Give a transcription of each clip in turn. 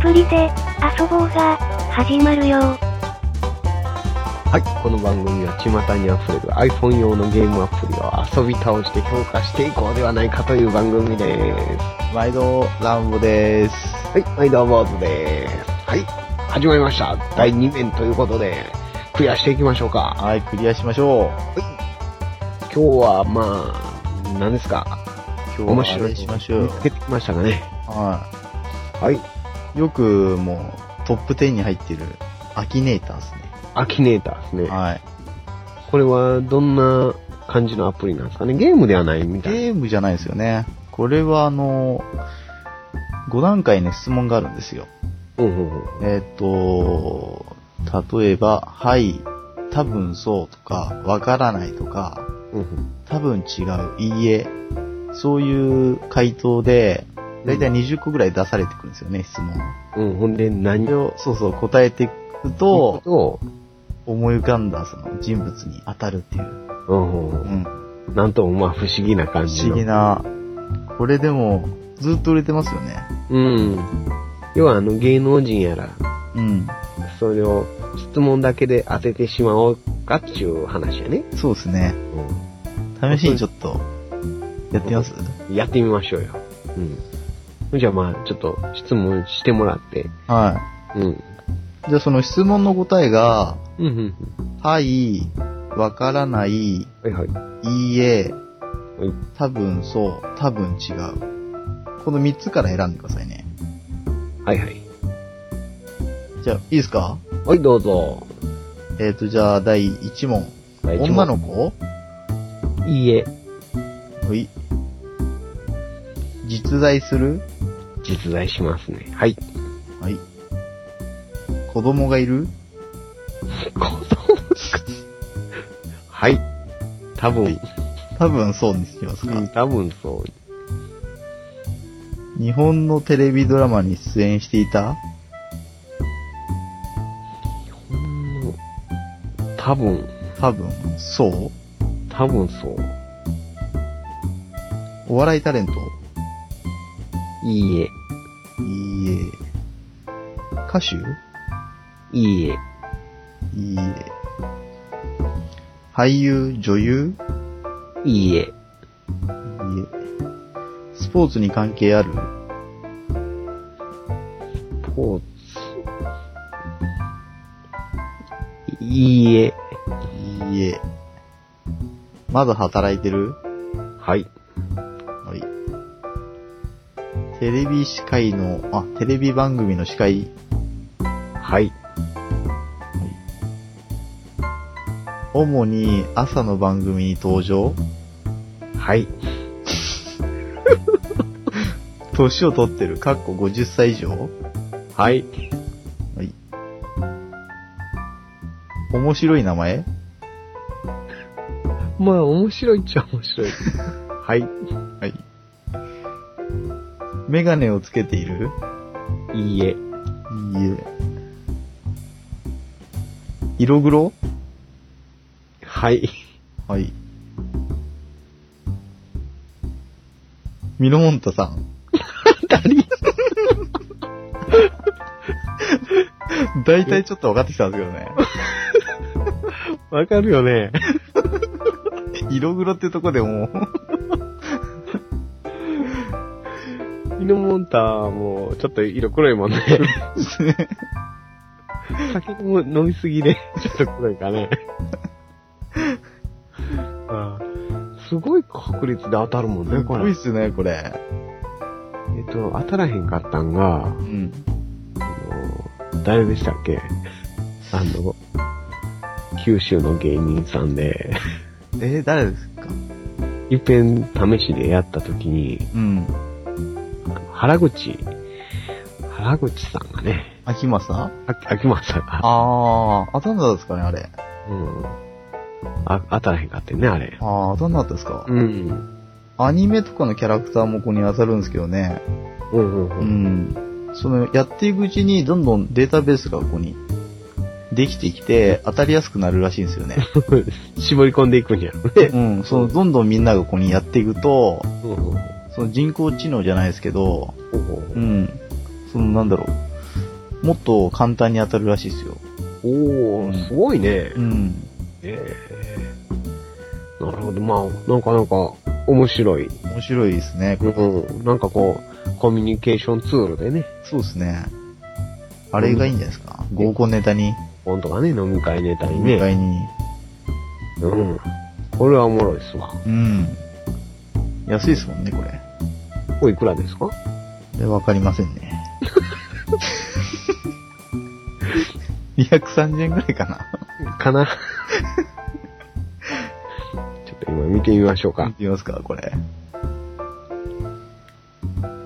プリで遊ぼうが始まるよはい、この番組は巷にあふれる iPhone 用のゲームアプリを遊び倒して評価していこうではないかという番組です。毎度、ランボです。はい、毎度坊主です。はい、始まりました。第2面ということで、クリアしていきましょうか。はい、クリアしましょう。今日は、まあ、何ですか今面日はあ白いれしのましょう見よつ。けてきましたかね。ははい、い。よく、もう、トップ10に入ってる、アキネーターですアキネーターですねね。。はい。これは、どんな感じのアプリなんですかねゲームではないみたいな。ゲームじゃないですよね。これは、あの、5段階ね、質問があるんですよ。うんうんうん。えっ、と、例えば、はい、多分そうとか、わからないとか、うんうん多分違う、いいえ、そういう回答で、だいたい20個ぐらい出されてくるんですよね、質問。うん、ほんで何それをを、そうそう、答えていくと、と、思い浮かんだその人物に当たるっていう。うんうんううんん。なんともまあ不思議な感不じの。思議な。これでも、ずっと売れてますよね。うん。要はあの芸能人やら、うん。それを質問だけで当ててしまおうかっていう話やね。そうですね。試しにちょっと、やってみますやってみましょうよ。うん。じゃあまあちょっと質問してもらって。はうん。い。じゃあその質問の答えが、うんうんはい、わからない、いうん。はいはい。いえはい、多分そう、多分違う。この3つから選んでくださいね。はいはい。じゃあ、いいですかはい、どうぞ。えっ、と、じゃあ、第1問。女の子いいえ、はい。実在する実在しますね。はい。はい。子供がいる子供はい。多分、多分そうにしてますか、うん多分そう。日本のテレビドラマに出演していたうん多分、多分そう多分そう。お笑いタレントいいえ、いいえ。歌手いいえ、いいえ。俳優女優いいえ、いいえ。スポーツに関係あるポーツ。いいえ。いいえ。まだ働いてるはい。はい。テレビ司会の、あ、テレビ番組の司会。はい。主に朝の番組に登場はい。 年を取ってる、かっこ50歳以上はい。面白い名前まあ、面白いっちゃ面白い。はい。はい。メガネをつけているいいえ。いいえ。色黒はい。 はい。ミノモンタさん。大体ちょっと分かってきたんですけ どね。わかるよね。色黒ってとこでもイノモンターも、ちょっと色黒い もんね。う、酒も飲みすぎで、ちょっと黒いかね。ああすごい確率で当たるもんね、すこごいれっ。すね、これ。えっと、当たらへんかったんが、うん。あの誰でしたっけあの、九州の芸人さんで、えー誰ですかいっぺん試しでやった時に、うん。原口、原口さんがね、秋間さんあ秋松さんが、あー、当たんなかったですかね、あれ。うん。あ、当たらへんかってんね、あれ。あー、当たんなかったですか、うん。アニメとかのキャラクターもここに当たるんですけどね。うんうんう。うんん。その、やっていくうちに、どんどんデータベースがここに、できてきて、当たりやすくなるらしいんですよね。絞り込んでいくんやろね。うん。その、どんどんみんながここにやっていくと、うんうんその人工知能じゃないですけど、ほうほううん。その、なんだろう。もっと簡単に当たるらしいですよ。おうんー、すごいねう。ん。えーなるほど。まあ、なんかなんか、面白い。面白いですね。うん。なんかこう、コミュニケーションツールでね、そうですね。あれがいいんじゃないですか。合コンネタに、本とかね、飲み会ネタに飲みね。会に。うん。これはおもろいっすわ。うん。安いですもんね、これ。これいくらですかで、わかりませんね。230円ぐらいかな。か なちょっと今見てみましょうか見。てみますか、これ。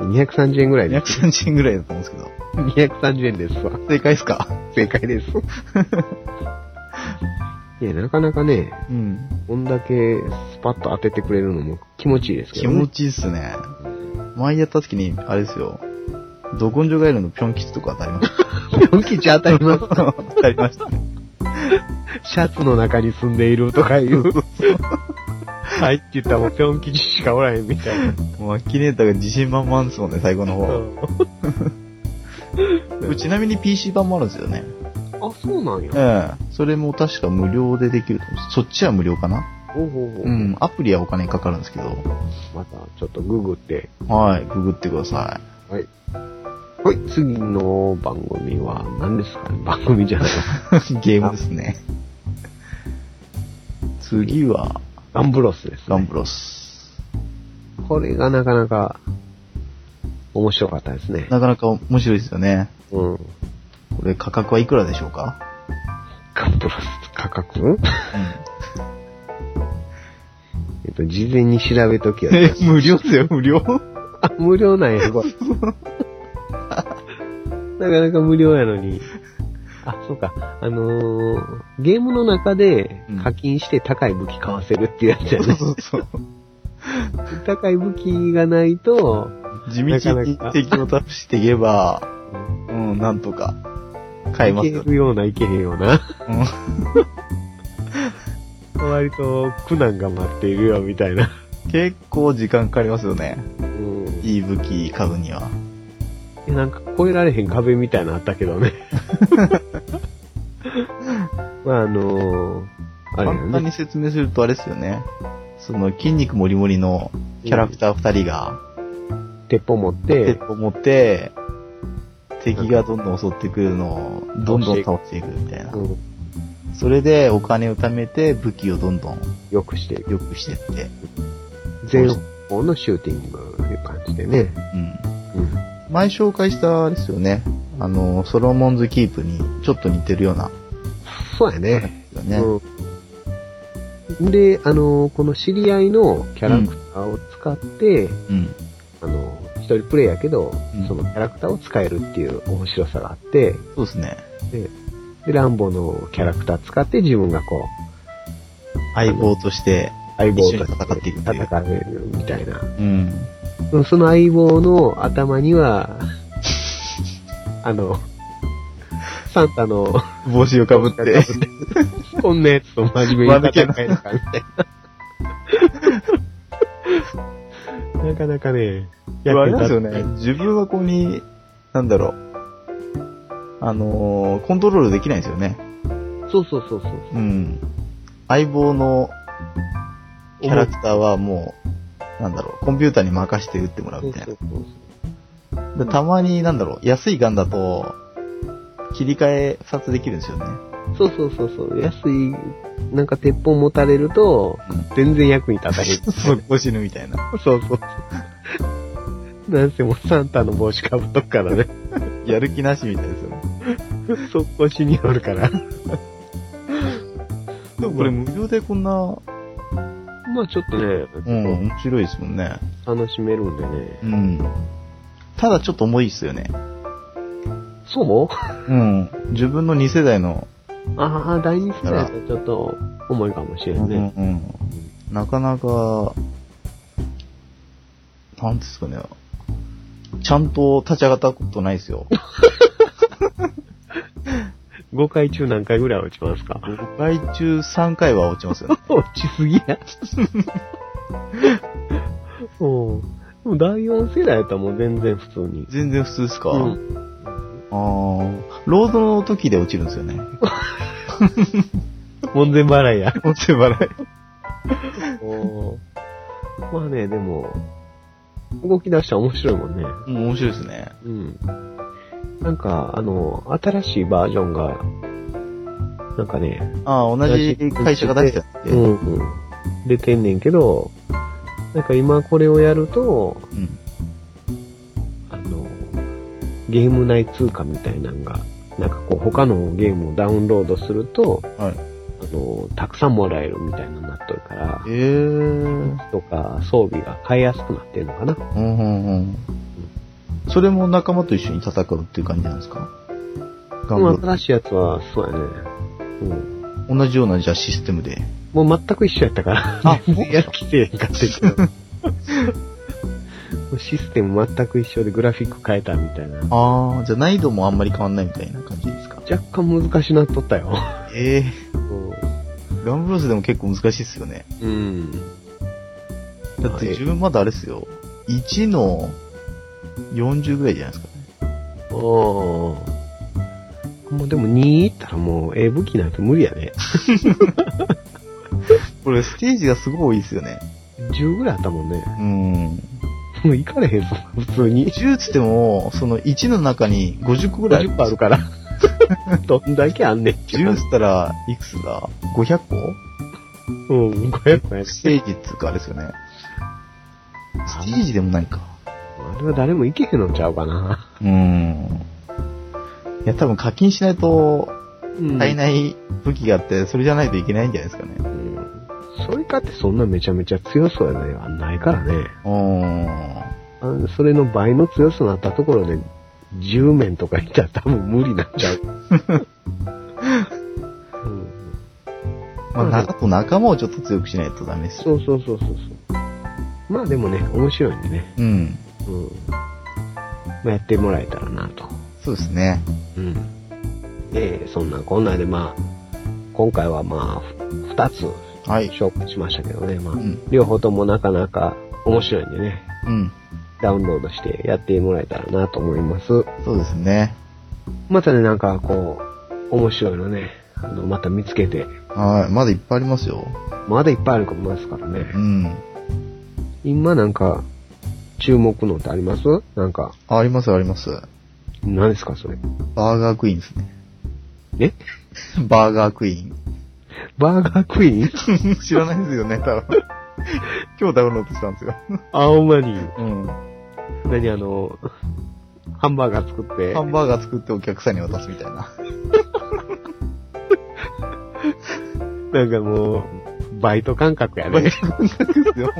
230円ぐらいです。 230円ぐらいだと思うんですけど。 230円ですわ。正解ですか正解 です。いや、なかなかね、うん。こんだけスパッと当ててくれるのも気持ちいいですけ気ど、持ね。ちいいっすね。前やった時に、あれですよ。ド根性ガエルのピョン吉とか当たりま した。気持ちいい。当たります。当たりましたね。 シャツの中に住んでいるとかいう。 はいって言ったらもうぴょん吉しかおらへんみたいな。もうアキネーターが自信満々ですもんね、最後の方。うんちなみに PC 版もあるんですよね。あ、そうなんや。ええ。それも確か無料でできると思う。そっちは無料かなおうおうおううん、アプリはお金かかるんですけど、またちょっとググって。はい、ググってくださはい、次の番組は何ですかね番組じゃないわ。い。 ゲームですね。次は、ガンブロスです、ガンね。ブロス。これがなかなか面白かったですね。なかなか面白いですよね。うん。これ価格はいくらでしょうかガンブロス価格えっと、事前に調べときは、え、 無料ですよ、無料。あ、無料なんや、これ。なかなか無料やのに。あ、そうか。あのー、ゲームの中で課金して高い武器買わせるっていうやつやそうね。そうそう。高い武器がないと、地道になかなか敵を倒していけば、うん、なんとか、買えまいすけよ。るような、いけへんような。割と苦難が待っているよ、みたいな。うん結構時間かかりますよね。うん。いい武器買うには。えなんか超えられへん壁みたいなのあったけ どね。まあ、あのー、あれだよ簡単ね。に説明するとあれですよね。その筋肉もりもりのキャラクター二人が鉄砲持って、鉄砲を持って、敵がどんどん襲ってくるのをどんどん倒していくみたいなう。ん、それでお金を貯めて武器をどんどんよくして、良くしてって。全方のシューティングという感じでね。うん。うん。前紹介したあれですよね。あの、ソロモンズキープにちょっと似てるような。そうやね。ね。うん、で、あのー、この知り合いのキャラクターを使って、うん。あの、一人プレイやけど、うんそのキャラクターを使えるっていう面白さがあって、そうですね。で、ランボのキャラクター使って自分がこう、相棒として。相棒一緒に戦っていくっていう戦えるみたいな。うん。その相棒の頭には、あの、サンタの、帽子をかぶって。こんなやつと真面目に戦えるかみたいな。なかなかね、あてれなんたですよ ね。。自分はここに、なんだろう。あのーコントロールできないんですよね。そうそうそうそう。うん。相棒のキャラクターはもう、なんだろう、コンピューターに任して打ってもらうそみうたいそうな。でたまに、なんだろう、安いガンだと、切り替え2つできるんですよね。そう。そうそうそうそう。安い、なんか鉄砲持たれると、全然役に立たへん。速攻 死ぬみたいな。そうそう。なんせもうサンタの帽子かぶっとくからね。やる気なしみたいですよね。速攻死におるから。でもこれ無料でこんな、まあちょっとね、うん、面白いですもんね。楽しめるんでね。うん。ただちょっと重いですよね。そううん。自分の2世代のああ、第二世代だとちょっと重いかもしれうんんね。うん、なかなか、なんですかね、ちゃんと立ち上がったことないですよ。 5回中何回ぐらい落ちますか5回中3回は落 ちますよね。落ちすぎ や。うん。でも第4世代やったらもう全然普通に。全然普通ですか、うんあーロードの時で落ちるんですよね。 門前払いや。お手払い。まあね、でも、動き出したら面白いもんね。うん、面白いですね。うん。なんか、あの、新しいバージョンが、なんかね、ああ、同じ会社が出してたんで。うん、うん。出てんねんけど、なんか今これをやると、うんあの、ゲーム内通貨みたいなんが、なんかこう他のゲームをダウンロードすると、はあいの、たくさんもらえるみたいなのになっとるから、ええー。とか装備が買いやすくなってるのかな。うんうんうん。それも仲間と一緒に戦うっていう感じなんですか頑まあ張る新しいやつは、そうやね。うん。同じようなじゃあシステムで。もう全く一緒やったから、 あやる気せえへんかったけど。もうシステム全く一緒でグラフィック変えたみたいな。ああ、じゃあ難易度もあんまり変わんないみたいな感じですか若干難しなっとったよ。ええガンブロスでも結構難しいっすよね。うん。だってはい自分まだあれっすよ。1の40ぐらいじゃないですかね。ああ。もうでも2いったらもう、ええ武器なんて無理やね。これステージがすごい多いっすよね。 10ぐらいあったもんねう。ん。もう行かれへんぞ、普通に。 10つっても、その1の中に50個ぐらい50個あるから。どんだけあんねんって10話。つったら、いくつだ ?500 個うん、500個やねステージっつうかあれですよね。ステージでもないか。あれは誰も行けへんのちゃうかな。うーん。いや、多分課金しないと、うん足りない武器があって、それじゃないといけないんじゃないですかね。うんそれかってそんなめちゃめちゃ強そうやね。あんないからね。うーん。あのそれの倍の強さになったところで、10面とかいったら多分無理になっちゃう。うん、まあ、うん仲と仲間をちょっと強くしないとダメですよ。そうそうそうそうそう。まあでもね、面白いんでね。うん。うん。まあ、やってもらえたらなと。そうですね。うん。えーそんなこんなでまあ、今回はまあ、2つはい。紹介しましたけどね。まあう、ん。両方ともなかなか面白いんでね。うん。ダウンロードしてやってもらえたらなと思います。そうですね。またね、なんかこう、面白いのね、あの、また見つけて、はい。まだいっぱいありますよ。まだいっぱいあると思いますからうね。ん。今なんか、注目のってありますなんか、あ、ありますあります。何ですかそれ。バーガークイーンですね。えバーガークイーン。バーガークイーン 知らないですよね、多分。今日ダウンロードしたんですよ。あ、ほんまに。うん。何あの、ハンバーガー作ってハ、ンバーガー作ってお客さんに渡すみたいな。なんかもう、バイト感覚やね。 ですよ。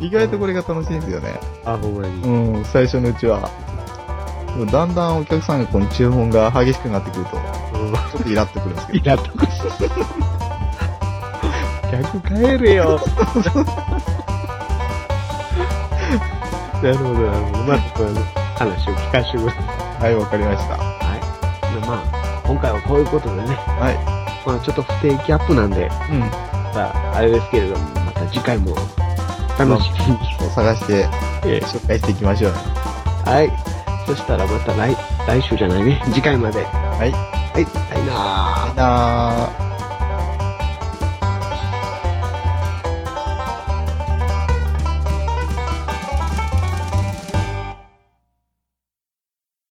意外とこれが楽しいんですよね。あ、ほんまに。うん、最初のうちは。でもだんだんお客さんがこの注文が激しくなってくると、ちょっとイラっとくるんですけイ ど。ラっ とくる。逆帰れよ。 なるほど、なるほど。まあ、この話を聞かせてください。はい、わかりました。はい。でまあ、今回はこういうことでね、はい。まあ、ちょっと不定期アップなんで、うん。まあ、あれですけれども、また次回も楽しみに。探してえ紹介していきましょう。。はい。そしたらまた来、来週じゃないね。次回まで。はいい。はいなー。なー。